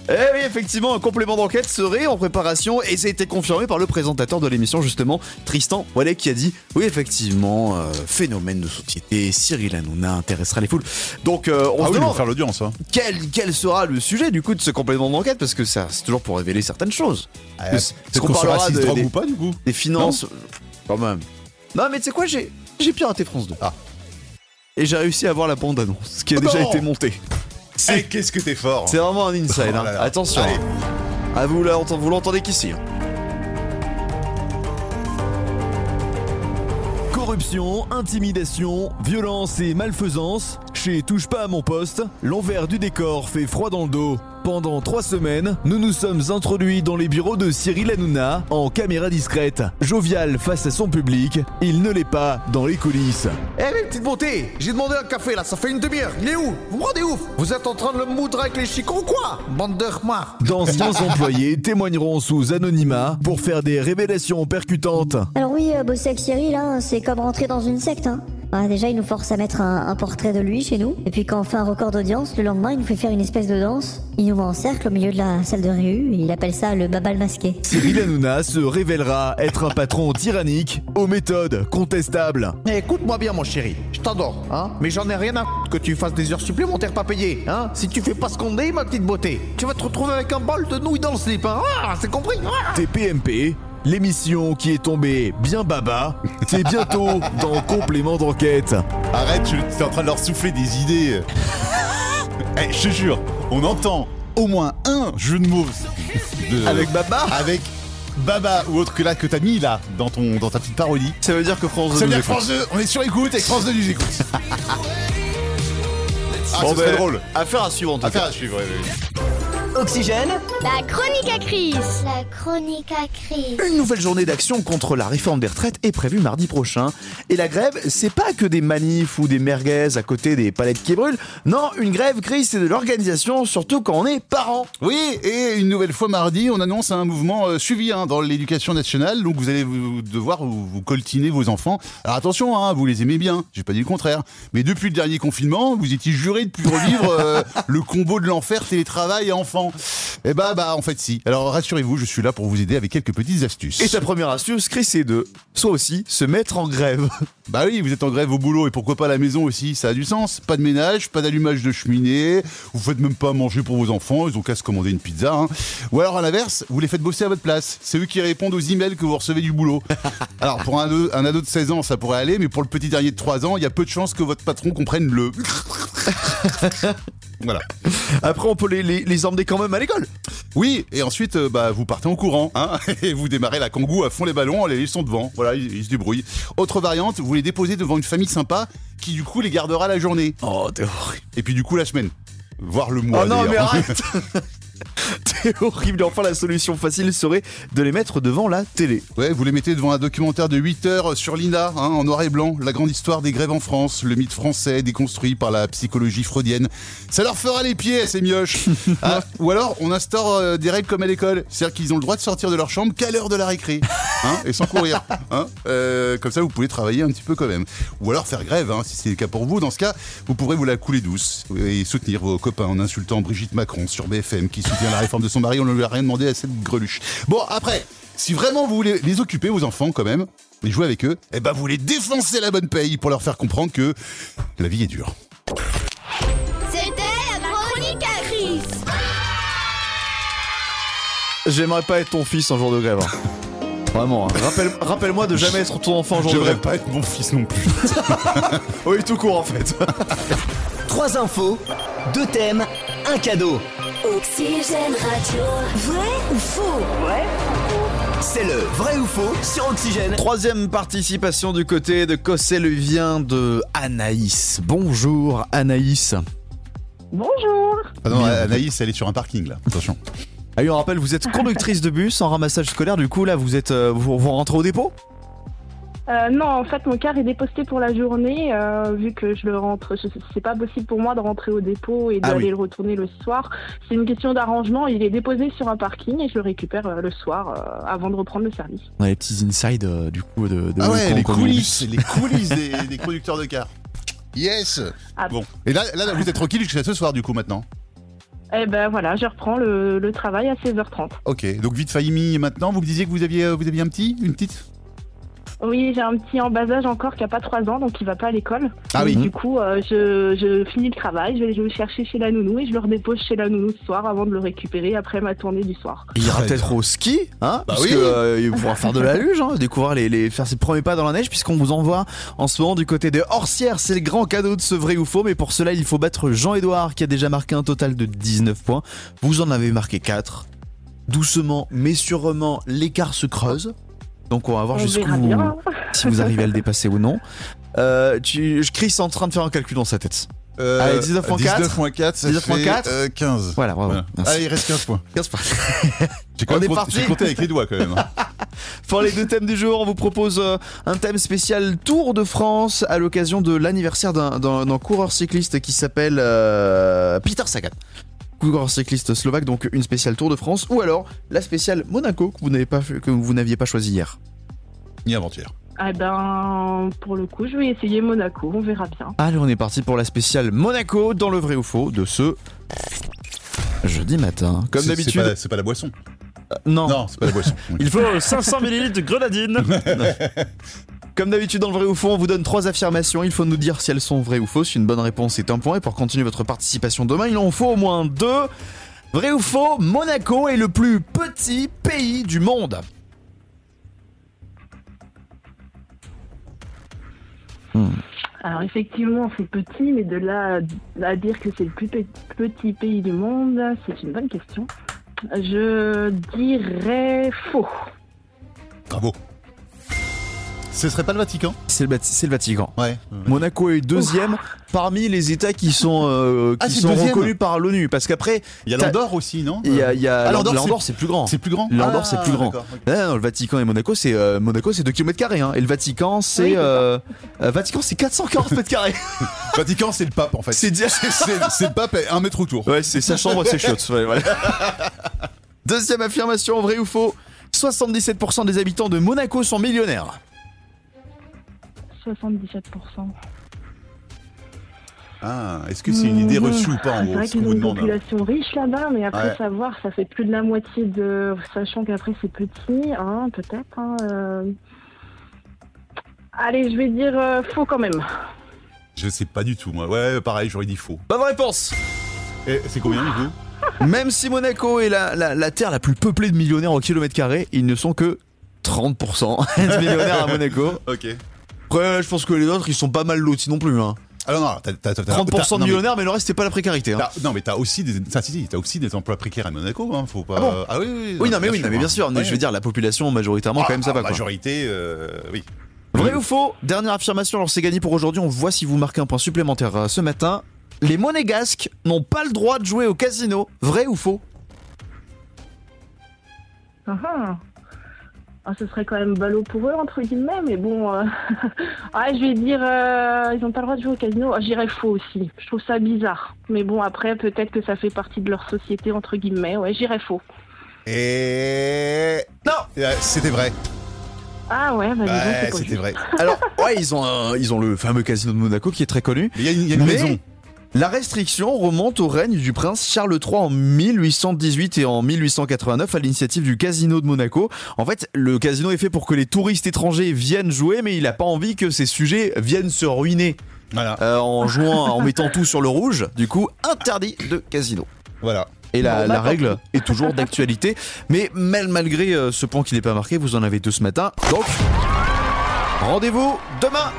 [SPEAKER 2] Eh oui, effectivement, un complément d'enquête serait en préparation et ça a été confirmé par le présentateur de l'émission, justement, Tristan Wallet, qui a dit Oui, effectivement, euh, phénomène de société, Cyril Hanouna intéressera les foules. Donc, euh, on
[SPEAKER 3] Ah
[SPEAKER 2] se
[SPEAKER 3] oui, ils vont
[SPEAKER 2] demande
[SPEAKER 3] faire l'audience. hein.
[SPEAKER 11] Eh,
[SPEAKER 2] quel, quel sera le sujet du coup de ce complément d'enquête parce que ça, c'est toujours pour révéler certaines choses. Parce
[SPEAKER 3] Ah, peut-être qu'on saura s'il se drogue ou pas, du coup
[SPEAKER 2] Des finances, quand même. Non, mais tu sais quoi, j'ai, j'ai piraté France 2. Et j'ai réussi à voir la bande-annonce qui a
[SPEAKER 3] Ah. Oh
[SPEAKER 2] déjà
[SPEAKER 3] non
[SPEAKER 2] été montée.
[SPEAKER 3] Eh, qu'est-ce que t'es fort
[SPEAKER 2] C'est vraiment un inside.
[SPEAKER 3] Oh là
[SPEAKER 2] hein.
[SPEAKER 3] là.
[SPEAKER 2] Attention.
[SPEAKER 3] Allez.
[SPEAKER 2] Ah, vous, la- vous l'entendez qu'ici. hein.
[SPEAKER 11] Corruption, intimidation, violence et malfaisance, chez Touche pas à mon poste, l'envers du décor fait froid dans le dos. Pendant trois semaines, nous nous sommes introduits dans les bureaux de Cyril Hanouna en caméra discrète. Jovial face à son public, il ne l'est pas dans les coulisses.
[SPEAKER 12] Eh mais petite beauté, j'ai demandé un café là, ça fait une demi-heure. Il est où Vous me rendez ouf Vous êtes en train de le moudre avec les chicots ou quoi Bande de remarques.
[SPEAKER 11] D'anciens employés témoigneront sous anonymat pour faire des révélations percutantes.
[SPEAKER 13] Alors oui, euh, bosser avec Cyril, hein, c'est comme rentrer dans une secte. Hein. Ah, déjà, il nous force à mettre un, un portrait de lui chez nous. Et puis quand on fait un record d'audience, le lendemain, il nous fait faire une espèce de danse. Il nous met en cercle au milieu de la salle de réu. Il appelle ça le babal masqué.
[SPEAKER 11] Cyril Hanouna se révélera être un patron tyrannique aux méthodes contestables.
[SPEAKER 12] Eh, Écoute-moi bien, mon chéri, je t'adore, hein, mais j'en ai rien à foutre que tu fasses des heures supplémentaires pas payées, hein. Si tu fais pas ce qu'on dit, ma petite beauté, tu vas te retrouver avec un bol de nouilles dans le slip, hein. Ah, c'est compris Ah
[SPEAKER 11] TPMP, l'émission qui est tombée bien baba, c'est bientôt dans Complément d'enquête.
[SPEAKER 3] Arrête, tu es en train de leur souffler des idées. Eh, je te jure, on entend au moins un jeu de mots de-
[SPEAKER 2] Avec Baba
[SPEAKER 3] Avec Baba ou autre que là que t'as mis là dans ton dans ta petite parodie.
[SPEAKER 2] Ça veut dire que France 2
[SPEAKER 3] Ça veut
[SPEAKER 2] nous
[SPEAKER 3] dire que
[SPEAKER 2] écoute.
[SPEAKER 3] France 2, on est sur écoute et que France 2 nous écoute. ah,
[SPEAKER 2] Bon,
[SPEAKER 3] ce serait
[SPEAKER 2] ben,
[SPEAKER 3] drôle.
[SPEAKER 2] Affaire à suivre en tout
[SPEAKER 3] Affaire
[SPEAKER 2] cas.
[SPEAKER 3] à suivre, ouais, ouais.
[SPEAKER 7] Oxygène
[SPEAKER 14] La chronique à crise. La chronique à crise.
[SPEAKER 2] Une nouvelle journée d'action contre la réforme des retraites est prévue mardi prochain. Et la grève, c'est pas que des manifs ou des merguez à côté des palettes qui brûlent. Non, une grève, Chris, c'est de l'organisation, surtout quand on est parent.
[SPEAKER 3] Oui, et une nouvelle fois mardi, on annonce un mouvement euh, suivi hein, dans l'éducation nationale. Donc vous allez vous- devoir vous, vous coltiner vos enfants. Alors attention, hein, vous les aimez bien, j'ai pas dit le contraire. Mais depuis le dernier confinement, vous étiez juré de plus revivre euh, le combo de l'enfer télétravail et enfants. Eh bah bah en fait si. Alors rassurez-vous, je suis là pour vous aider avec quelques petites astuces.
[SPEAKER 2] Et ta première astuce, Chris, c'est de, soit aussi, se mettre en grève.
[SPEAKER 3] Bah oui, vous êtes en grève au boulot et pourquoi pas à la maison aussi, ça a du sens. Pas de ménage, pas d'allumage de cheminée, vous faites même pas à manger pour vos enfants, ils ont qu'à se commander une pizza. hein. Ou alors à l'inverse, vous les faites bosser à votre place. C'est eux qui répondent aux emails que vous recevez du boulot. Alors pour un ado, un ado de 16 ans, ça pourrait aller, mais pour le petit dernier de 3 ans, il y a peu de chances que votre patron comprenne le... Voilà.
[SPEAKER 2] Après, on peut les, les, les emmener quand même à l'école.
[SPEAKER 3] Oui, et ensuite, euh, bah, vous partez en courant, hein, et vous démarrez la kangou à fond les ballons, les sont devant. Voilà, ils, ils se débrouillent. Autre variante, vous les déposez devant une famille sympa qui, du coup, les gardera la journée.
[SPEAKER 2] Oh, t'es horrible.
[SPEAKER 3] Et puis, du coup, la semaine. Voire le mois.
[SPEAKER 2] Oh non,
[SPEAKER 3] d'ailleurs.
[SPEAKER 2] mais arrête T'es horrible. Enfin, la solution facile serait de les mettre devant la télé.
[SPEAKER 3] Ouais, vous les mettez devant un documentaire de 8 heures sur l'INA, hein, en noir et blanc, la grande histoire des grèves en France, le mythe français déconstruit par la psychologie freudienne. Ça leur fera les pieds à ces mioches Ah, Ou alors, on instaure euh, des règles comme à l'école, c'est-à-dire qu'ils ont le droit de sortir de leur chambre qu'à l'heure de la récré, hein, et sans courir. hein. Euh, comme ça, vous pouvez travailler un petit peu quand même. Ou alors faire grève, hein, si c'est le cas pour vous. Dans ce cas, vous pourrez vous la couler douce et soutenir vos copains en insultant Brigitte Macron sur BFM qui soutient la réforme de son mari, on ne lui a rien demandé à cette greluche. Bon, après... Si vraiment vous voulez les occuper, vos enfants, quand même, et jouer avec eux, eh ben vous les défoncez la bonne paye pour leur faire comprendre que la vie est dure.
[SPEAKER 14] C'était la chronique à crise.
[SPEAKER 2] J'aimerais pas être ton fils un jour de grève. hein. Vraiment. hein. Rappelle- Rappelle-moi de jamais être ton enfant un jour de
[SPEAKER 3] J'aimerais
[SPEAKER 2] grève.
[SPEAKER 3] pas être mon fils non plus.
[SPEAKER 2] oui, tout court en fait.
[SPEAKER 7] Trois infos, deux thèmes, un cadeau.
[SPEAKER 1] Oxygène Radio. Vrai ou faux Vrai
[SPEAKER 7] C'est le vrai ou faux sur Oxygène.
[SPEAKER 2] Troisième participation du côté de Cossé-le-Vien de Anaïs. Bonjour Anaïs.
[SPEAKER 15] Bonjour.
[SPEAKER 3] Ah non,
[SPEAKER 2] Bien.
[SPEAKER 3] Anaïs, elle est sur un parking là, attention.
[SPEAKER 2] Ah oui, on rappelle, vous êtes conductrice de bus en ramassage scolaire, du coup là vous êtes euh, vous, vous rentrez au dépôt
[SPEAKER 15] Euh, non, en fait, mon car est déposté pour la journée, euh, vu que je le rentre. je- C'est pas possible pour moi de rentrer au dépôt et
[SPEAKER 2] Ah
[SPEAKER 15] d'aller
[SPEAKER 2] oui.
[SPEAKER 15] le retourner le soir. C'est une question d'arrangement. Il est déposé sur un parking et je le récupère euh, le soir euh, avant de reprendre le service.
[SPEAKER 2] On a les petits insides euh, du coup de, de
[SPEAKER 3] Ah ouais,
[SPEAKER 2] quand-
[SPEAKER 3] les
[SPEAKER 2] quand on est au
[SPEAKER 3] coulisses,
[SPEAKER 2] bus.
[SPEAKER 3] les coulisses des, des conducteurs de cars. Yes Bon, et là, là vous êtes tranquille jusqu'à ce soir du coup maintenant
[SPEAKER 15] Et ben voilà, je reprends le, le travail à 16h30.
[SPEAKER 3] Ok, donc vite Fahimi, maintenant, vous me disiez que vous aviez, euh, vous aviez un petit, une petite
[SPEAKER 15] Oui, j'ai un petit en bas âge encore qui a pas 3 ans, donc il va pas à l'école.
[SPEAKER 3] Ah oui.
[SPEAKER 15] Et Du coup, euh, je, je finis le travail, je vais, je vais le chercher chez la nounou et je le redépose chez la nounou ce soir avant de le récupérer après ma tournée du soir.
[SPEAKER 2] Il ira peut-être au ski, hein
[SPEAKER 3] Bah
[SPEAKER 2] parce
[SPEAKER 3] oui.
[SPEAKER 2] que, euh, il pourra faire de la luge, hein, découvrir les, les- faire ses premiers pas dans la neige, puisqu'on vous envoie en ce moment du côté de Horsières. C'est le grand cadeau de ce vrai ou faux, mais pour cela, il faut battre Jean-Edouard, qui a déjà marqué un total de 19 points. Vous en avez marqué 4. Doucement, mais sûrement, l'écart se creuse. Donc, on va voir
[SPEAKER 15] On
[SPEAKER 2] jusqu'où
[SPEAKER 15] verra
[SPEAKER 2] vous-
[SPEAKER 15] bien.
[SPEAKER 2] si vous arrivez à le dépasser ou non. Euh, tu, je- Chris est en train de faire un calcul dans sa tête.
[SPEAKER 3] Euh,
[SPEAKER 2] Allez, 19 points 4.
[SPEAKER 3] 19 moins quatre, ça
[SPEAKER 2] 19
[SPEAKER 3] fait,
[SPEAKER 2] quatre.
[SPEAKER 3] euh, 15.
[SPEAKER 2] Voilà, bravo.
[SPEAKER 3] Voilà.
[SPEAKER 2] Merci.
[SPEAKER 3] Allez, il reste 15 points.
[SPEAKER 2] 15 points.
[SPEAKER 3] J'ai quand
[SPEAKER 2] On
[SPEAKER 3] même
[SPEAKER 2] est
[SPEAKER 3] compté-
[SPEAKER 2] parti.
[SPEAKER 3] j'ai compté avec les doigts quand même. hein.
[SPEAKER 2] Pour les deux thèmes du jour, on vous propose euh, un thème spécial Tour de France à l'occasion de l'anniversaire d'un- d'un d'un coureur cycliste qui s'appelle euh, Peter Sagan. Coureur cycliste slovaque, donc une spéciale Tour de France ou alors la spéciale Monaco que vous n'avez pas fait- que vous n'aviez pas choisi hier.
[SPEAKER 3] Ni avant-hier.
[SPEAKER 15] Ah ben, pour le coup, je vais essayer Monaco, on verra bien.
[SPEAKER 2] Allez, on est parti pour la spéciale Monaco dans le vrai ou faux de ce jeudi matin. Comme
[SPEAKER 3] C'est- c'est
[SPEAKER 2] d'habitude.
[SPEAKER 3] pas la- C'est pas la boisson.
[SPEAKER 2] non.
[SPEAKER 3] Non, c'est pas la boisson.
[SPEAKER 2] Il faut 500 ml de grenadine. Comme d'habitude dans le vrai ou faux, on vous donne trois affirmations. Il faut nous dire si elles sont vraies ou fausses. Une bonne réponse est un point. Et pour continuer votre participation demain, il en faut au moins deux. Vrai ou faux, Monaco est le plus petit pays du monde.
[SPEAKER 15] Alors effectivement, c'est petit, mais de là à à dire que c'est le plus pe- petit pays du monde, c'est une bonne question. Je dirais faux.
[SPEAKER 3] Bravo. Ce serait pas le Vatican
[SPEAKER 2] C'est le, Vati- c'est le Vatican.
[SPEAKER 3] Ouais.
[SPEAKER 2] Monaco est deuxième parmi les États qui sont, euh,
[SPEAKER 3] Ah,
[SPEAKER 2] qui
[SPEAKER 3] c'est
[SPEAKER 2] sont
[SPEAKER 3] deuxième
[SPEAKER 2] reconnus par l'ONU. Parce qu'après.
[SPEAKER 3] Il y a
[SPEAKER 2] t'as-
[SPEAKER 3] l'Andorre aussi, non
[SPEAKER 2] Il y a, il y a-
[SPEAKER 3] Ah,
[SPEAKER 2] l'Andorre,
[SPEAKER 3] l'Andorre,
[SPEAKER 2] c'est plus grand.
[SPEAKER 3] C'est plus grand.
[SPEAKER 2] L'Andorre,
[SPEAKER 3] Ah,
[SPEAKER 2] c'est plus grand. Eh,
[SPEAKER 3] d'accord, ok.
[SPEAKER 2] Non, non, non, le Vatican et Monaco, c'est euh, Monaco, c'est 2 km carrés. hein. Et le Vatican, c'est
[SPEAKER 3] Oui, c'est ça.
[SPEAKER 2] euh, euh, Vatican, c'est 440 mètres carrés.
[SPEAKER 3] Vatican, c'est le pape en fait.
[SPEAKER 2] C'est di-
[SPEAKER 3] c'est c'est le pape à un mètre autour.
[SPEAKER 2] Ouais, c'est sa chambre, c'est chiottes. Ouais, voilà. Deuxième affirmation, vrai ou faux 77% des habitants de Monaco sont millionnaires.
[SPEAKER 15] 77%.
[SPEAKER 3] Ah, est-ce que c'est une idée
[SPEAKER 15] Mmh,
[SPEAKER 3] reçue ou pas en
[SPEAKER 15] C'est
[SPEAKER 3] gros
[SPEAKER 15] vrai
[SPEAKER 3] ce qu'on
[SPEAKER 15] qu'ils ont
[SPEAKER 3] vous
[SPEAKER 15] une
[SPEAKER 3] demande là
[SPEAKER 15] population riche là-bas, mais après
[SPEAKER 3] hein. Ouais.
[SPEAKER 15] savoir, ça fait plus de la moitié de... Sachant qu'après c'est petit, hein, peut-être. hein, euh. Allez, je vais dire euh, faux quand même.
[SPEAKER 3] Je sais pas du tout moi. Ouais, pareil, j'aurais dit faux.
[SPEAKER 2] Bonne réponse
[SPEAKER 3] Et c'est combien du coup
[SPEAKER 2] Même si Monaco est la, la- la terre la plus peuplée de millionnaires au kilomètre carré, ils ne sont que 30% de millionnaires à Monaco.
[SPEAKER 3] Ok.
[SPEAKER 2] Après, je pense que les autres, ils sont pas mal lotis non plus. Hein.
[SPEAKER 3] Alors non, t'as- t'as- t'as- t'as-
[SPEAKER 2] 30%
[SPEAKER 3] t'as-
[SPEAKER 2] de
[SPEAKER 3] non, mais-
[SPEAKER 2] millionnaires, Bah, mais le reste, c'est pas la précarité. hein.
[SPEAKER 3] t'as- Non mais t'as aussi des, ça, si, si, t'as aussi des emplois précaires à Monaco, hein, faut pas.
[SPEAKER 2] Ah bon
[SPEAKER 3] oui, oui,
[SPEAKER 2] Oui, non, mais oui, non, mais bien sûr. Mais
[SPEAKER 3] hein. Ouais.
[SPEAKER 2] je veux dire, la population, majoritairement, quand même, ça
[SPEAKER 3] Ah,
[SPEAKER 2] va. quoi.
[SPEAKER 3] Majorité, euh, oui.
[SPEAKER 2] Vrai ou faux Dernière affirmation, alors c'est gagné pour aujourd'hui. On voit si vous marquez un point supplémentaire euh, ce matin. Les monégasques n'ont pas le droit de jouer au casino. Vrai ou faux
[SPEAKER 15] Ah, ah. Ah, ce serait quand même ballot pour eux, entre guillemets, mais bon. euh, ah, je vais dire, euh, ils n'ont pas le droit de jouer au casino. Ah, J'irais faux aussi. Je trouve ça bizarre. Mais bon, après, peut-être que ça fait partie de leur société, entre guillemets. Ouais, j'irais faux.
[SPEAKER 3] Et euh,
[SPEAKER 2] Non,
[SPEAKER 3] c'était vrai.
[SPEAKER 15] Ah ouais, bah, dis donc, c'est pas juste.
[SPEAKER 3] vrai.
[SPEAKER 2] Alors, ouais, ils ont, un- ils ont le fameux casino de Monaco qui est très connu.
[SPEAKER 3] Mais il y a une- il y a une raison.
[SPEAKER 2] La restriction remonte au règne du prince Charles III en 1818 et en 1889 à l'initiative du casino de Monaco. En fait, le casino est fait pour que les touristes étrangers viennent jouer, mais il n'a pas envie que ses sujets viennent se ruiner. Euh, en jouant, en mettant tout sur le rouge, du coup, interdit de casino.
[SPEAKER 3] Voilà.
[SPEAKER 2] Et la,
[SPEAKER 3] Bon, bah,
[SPEAKER 2] la
[SPEAKER 3] tant
[SPEAKER 2] règle est toujours d'actualité. Mais mal- malgré euh, ce point qui n'est pas marqué, vous en avez deux ce matin. Donc, rendez-vous demain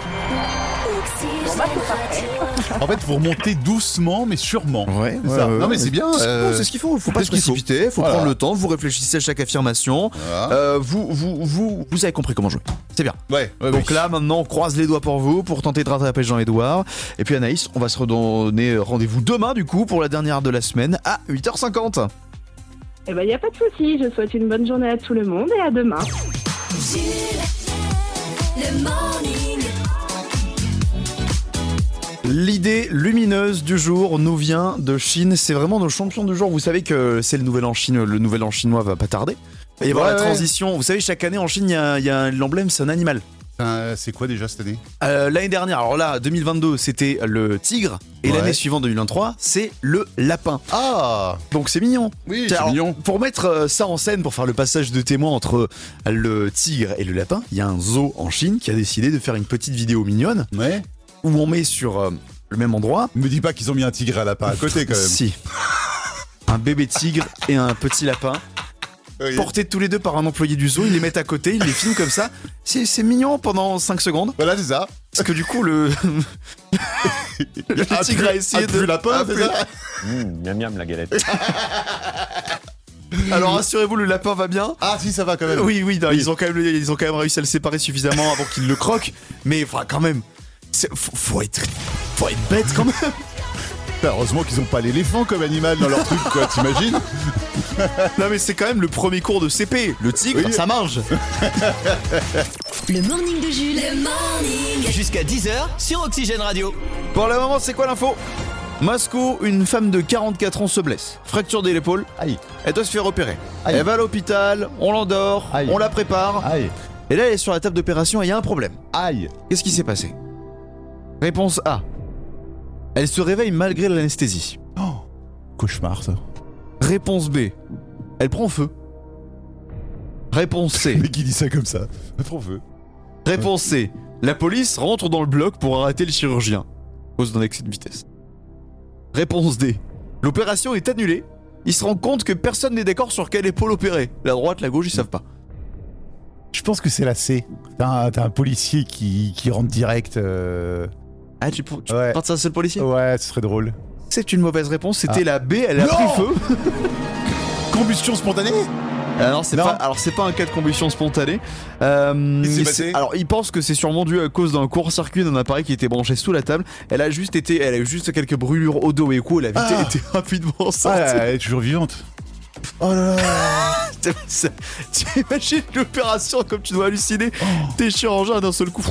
[SPEAKER 3] En fait, vous remontez doucement mais sûrement.
[SPEAKER 2] Ouais,
[SPEAKER 3] C'est
[SPEAKER 2] ouais,
[SPEAKER 3] ça.
[SPEAKER 2] ouais,
[SPEAKER 3] non mais
[SPEAKER 2] ouais.
[SPEAKER 3] c'est bien.
[SPEAKER 2] C'est ce-
[SPEAKER 3] euh,
[SPEAKER 2] c'est ce qu'il faut. Faut pas
[SPEAKER 3] c'est
[SPEAKER 2] se
[SPEAKER 3] ce qu'il faut.
[SPEAKER 2] précipiter. Faut
[SPEAKER 3] Voilà. Ah.
[SPEAKER 2] prendre le temps. Vous réfléchissez à chaque affirmation. Euh, vous, vous, vous, vous avez compris comment jouer. C'est bien.
[SPEAKER 3] Ouais.
[SPEAKER 2] Donc là, maintenant, on croise les doigts pour vous pour tenter de rattraper Jean-Edouard. Et puis Anaïs, on va se redonner rendez-vous demain du coup pour la dernière de la semaine à 8h50.
[SPEAKER 15] Eh ben, il n'y a pas de souci. Je souhaite une bonne journée à tout le monde et à demain.
[SPEAKER 1] Le morning.
[SPEAKER 2] L'idée lumineuse du jour nous vient de Chine. C'est vraiment nos champions du jour. Vous savez que c'est le nouvel an chinois. Le nouvel an chinois va pas tarder. Il va y avoir
[SPEAKER 3] Ouais,
[SPEAKER 2] la
[SPEAKER 3] ouais.
[SPEAKER 2] transition. Vous savez, chaque année en Chine, il y a- il y a l'emblème, c'est un animal.
[SPEAKER 3] Euh, c'est quoi déjà cette année
[SPEAKER 2] Euh, L'année dernière, alors là, 2022, c'était le tigre. Et l'année suivante, 2023, c'est le lapin.
[SPEAKER 3] Ah
[SPEAKER 2] Donc c'est mignon.
[SPEAKER 3] Oui,
[SPEAKER 2] Tiens, alors, Pour mettre euh, ça en scène, pour faire le passage de témoin entre le tigre et le lapin, il y a un zoo en Chine qui a décidé de faire une petite vidéo mignonne. Où on met sur euh, le même endroit.
[SPEAKER 3] Me dis pas qu'ils ont mis un tigre à lapin à côté quand même.
[SPEAKER 2] si. Un bébé tigre et un petit lapin. Portés tous les deux par un employé du zoo, ils les mettent à côté, ils les filment comme ça. C'est c'est mignon pendant 5 secondes.
[SPEAKER 3] Voilà, c'est ça.
[SPEAKER 2] Parce que du coup, le. le
[SPEAKER 3] A
[SPEAKER 2] tigre
[SPEAKER 3] pu-
[SPEAKER 2] a essayé
[SPEAKER 3] a pu
[SPEAKER 2] de.
[SPEAKER 3] lapin,
[SPEAKER 2] a
[SPEAKER 3] c'est
[SPEAKER 2] pu-
[SPEAKER 3] ça
[SPEAKER 16] Mmh, miam miam la galette.
[SPEAKER 2] Alors rassurez-vous, le lapin va bien. Euh,
[SPEAKER 3] Ah si, ça va quand même.
[SPEAKER 2] Oui, oui, non, Ils, ont quand même, ils ont quand même réussi à le séparer suffisamment avant qu'il le croque. Mais enfin, quand même, c'est- faut, faut être, faut être bête quand même.
[SPEAKER 3] Bah, heureusement qu'ils ont pas l'éléphant comme animal dans leur truc, quoi, t'imagines
[SPEAKER 2] Non mais c'est quand même le premier cours de CP. Le tigre,
[SPEAKER 3] Oui.
[SPEAKER 2] ça mange.
[SPEAKER 1] Le morning de Jules. Le morning.
[SPEAKER 7] Jusqu'à 10h sur Oxygène Radio.
[SPEAKER 2] Pour le moment, c'est quoi l'info Moscou, une femme de 44 ans se blesse. Fracture de l'épaule. Aïe. Elle doit se faire opérer. Elle va à l'hôpital, on l'endort, on la prépare. Et là, elle est sur la table d'opération et il y a un problème.
[SPEAKER 3] Aïe.
[SPEAKER 2] Qu'est-ce qui s'est passé Réponse A. Elle se réveille malgré l'anesthésie.
[SPEAKER 3] Oh. Cauchemar, ça.
[SPEAKER 2] Réponse B. Elle prend feu. Réponse C.
[SPEAKER 3] Mais qui dit ça comme ça Trop feu.
[SPEAKER 2] Réponse C. La police rentre dans le bloc pour arrêter le chirurgien. Cause d'un excès de vitesse. Réponse D. L'opération est annulée. Ils se rendent compte que personne n'est d'accord sur quelle épaule opérer. La droite, la gauche, ils savent pas.
[SPEAKER 17] Je pense que c'est la C. T'as un, t'as un policier qui, qui rentre direct. euh,
[SPEAKER 2] Ah, tu, tu penses à seul policier
[SPEAKER 3] Oh.
[SPEAKER 17] Ouais, ce serait drôle.
[SPEAKER 2] C'est une mauvaise réponse, c'était
[SPEAKER 3] Ah.
[SPEAKER 2] la B, elle a
[SPEAKER 17] Non
[SPEAKER 2] pris feu.
[SPEAKER 3] Combustion spontanée
[SPEAKER 2] Alors c'est pas, alors c'est pas un cas de combustion spontanée. Euh,
[SPEAKER 3] Qu'est-ce qui s'est
[SPEAKER 2] c'est-
[SPEAKER 3] passé
[SPEAKER 2] alors ils pensent que c'est sûrement dû à cause d'un court-circuit d'un appareil qui était branché sous la table. Elle a juste été, elle a eu juste quelques brûlures au dos et au cou. Elle a vite
[SPEAKER 3] Ah.
[SPEAKER 2] été rapidement sortie.
[SPEAKER 3] Ah, elle est toujours vivante. Oh là là
[SPEAKER 2] T'imagines l'opération comme tu dois halluciner T'es chirurgien d'un seul coup.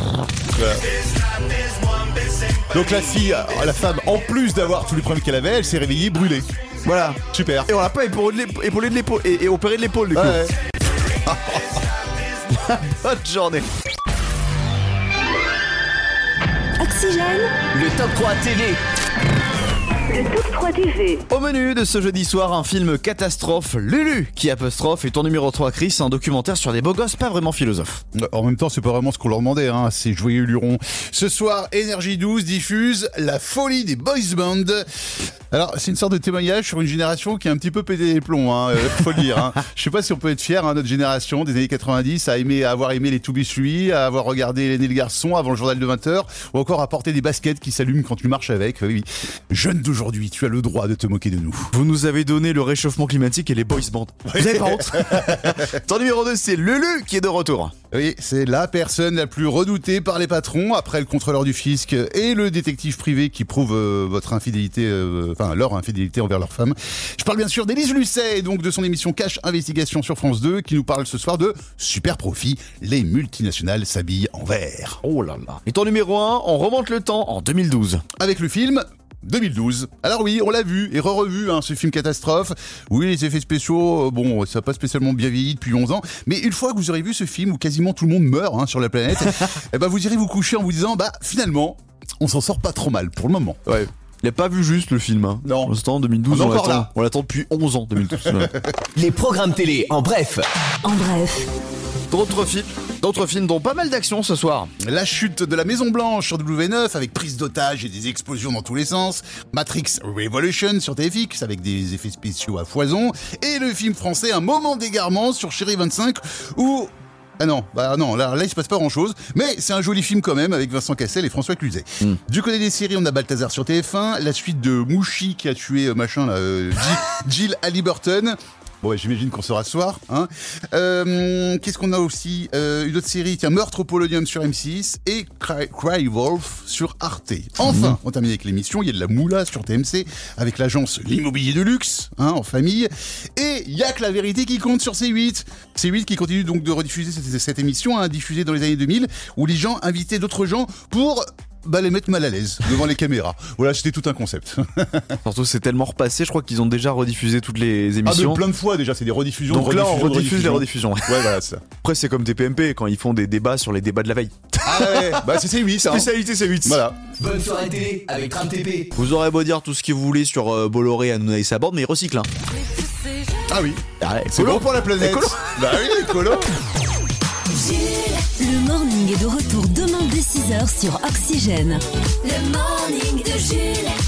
[SPEAKER 3] Donc la fille, euh, la femme, en plus d'avoir tous les problèmes qu'elle avait, elle s'est réveillée brûlée.
[SPEAKER 2] Voilà.
[SPEAKER 3] Super.
[SPEAKER 2] Et on l'a pas épaulé de l'ép- épaulé de l'épaule et, et opéré de l'épaule du coup.
[SPEAKER 3] Ouais.
[SPEAKER 2] Bonne journée.
[SPEAKER 1] Oxygène.
[SPEAKER 7] Le top 3 TV.
[SPEAKER 1] Le top 3 TV.
[SPEAKER 2] Au menu de ce jeudi soir, un film catastrophe, Lulu, qui apostrophe, et ton numéro 3, Chris, un documentaire sur des beaux gosses pas vraiment philosophes.
[SPEAKER 3] En même temps, c'est pas vraiment ce qu'on leur demandait, hein, ces joyeux lurons. Ce soir, Énergie 12 diffuse La folie des boys band. Alors, c'est une sorte de témoignage sur une génération qui a un petit peu pété les plombs, hein, euh, faut le dire. hein. Je sais pas si on peut être fier, hein, notre génération des années 90, à, aimer, à avoir aimé les Toubis lui, à avoir regardé L'aîné le garçon avant le journal de 20h, ou encore à porter des baskets qui s'allument quand tu marches avec. Oui, oui. Jeune d'aujourd'hui, tu as le droit de te moquer de nous.
[SPEAKER 2] Vous nous avez donné le réchauffement climatique et les boys band. Vous avez pas honte Ton numéro 2, c'est Lulu qui est de retour.
[SPEAKER 3] Oui, c'est la personne la plus redoutée par les patrons, après le contrôleur du fisc et le détective privé qui prouve euh, votre infidélité, euh, enfin leur infidélité envers leur femme. Je parle bien sûr d'Élise Lucet, et donc de son émission Cash Investigation sur France 2, qui nous parle ce soir de super profit, les multinationales s'habillent en vert.
[SPEAKER 2] Oh là là. Et ton numéro 1, on remonte le temps en 2012.
[SPEAKER 3] Avec le film 2012. Alors oui, on l'a vu et re-revu, hein, ce film catastrophe. Oui, les effets spéciaux, euh, bon, ça n'a pas spécialement bien vieilli depuis 11 ans. Mais une fois que vous aurez vu ce film où quasiment tout le monde meurt hein, sur la planète, eh ben vous irez vous coucher en vous disant, bah finalement, on s'en sort pas trop mal pour le moment.
[SPEAKER 2] Ouais. Il a pas vu juste le film. Hein. Non. Pour l'instant, 2012,
[SPEAKER 3] On est
[SPEAKER 2] on,
[SPEAKER 3] encore
[SPEAKER 2] l'attend.
[SPEAKER 3] là.
[SPEAKER 2] On l'attend depuis 11 ans, 2012. ouais.
[SPEAKER 7] Les programmes télé, en bref.
[SPEAKER 1] En bref.
[SPEAKER 2] D'autres films, d'autres films dont pas mal d'action ce soir.
[SPEAKER 3] La chute de la Maison Blanche sur W9 avec prise d'otage et des explosions dans tous les sens. Matrix Revolution sur TFX avec des effets spéciaux à foison. Et le film français Un moment d'égarement sur Chéri 25 où... Ah non, bah non, là, là il se passe pas grand chose, mais c'est un joli film quand même avec Vincent Cassel et François Cluzet. Du côté des séries, on a Balthazar sur TF1, la suite de Mouchi qui a tué euh, machin là, euh, Jill- Jill Halliburton. Bon, ouais, j'imagine qu'on saura ce soir. Hein. Euh, Qu'est-ce qu'on a aussi Euh, Une autre série, tiens, Meurtre au Polonium sur M6 et Cry, Cry Wolf sur Arte.
[SPEAKER 2] Mm.
[SPEAKER 3] Enfin, on termine avec l'émission, il y a de la moula sur TMC avec l'agence L'Immobilier de Luxe, hein, en famille. Et il y a que la vérité qui compte sur C8. C8 qui continue donc de rediffuser cette, cette émission, hein, diffusée dans les années 2000, où les gens invitaient d'autres gens pour bah, les mettre mal à l'aise devant les caméras. Voilà, c'était tout un concept.
[SPEAKER 2] Surtout, c'est tellement repassé, je crois qu'ils ont déjà rediffusé toutes les
[SPEAKER 3] Ah,
[SPEAKER 2] émissions.
[SPEAKER 3] mais plein de fois déjà, c'est des rediffusions.
[SPEAKER 2] Donc
[SPEAKER 3] de
[SPEAKER 2] là, on
[SPEAKER 3] rediffusions, de
[SPEAKER 2] rediffuse les rediffusions. Ouais,
[SPEAKER 3] voilà, ça.
[SPEAKER 2] Après, c'est comme TPMP quand ils font des débats sur les débats de la veille.
[SPEAKER 3] Ah ouais, bah c'est C8. ça, hein.
[SPEAKER 2] Spécialité C8.
[SPEAKER 3] Voilà.
[SPEAKER 7] Bonne soirée télé avec Tram TP.
[SPEAKER 2] Vous aurez beau dire tout ce que vous voulez sur euh, Bolloré, Hanouna et sa bande, mais ils recyclent. Hein.
[SPEAKER 3] Ah oui.
[SPEAKER 2] Ah ouais,
[SPEAKER 3] C'est
[SPEAKER 2] écolo.
[SPEAKER 3] bon pour la planète.
[SPEAKER 2] Écolo.
[SPEAKER 3] Bah oui, écolo.
[SPEAKER 1] Le morning est de retour demain dès 6h sur Oxygène.
[SPEAKER 18] Le morning de Jules.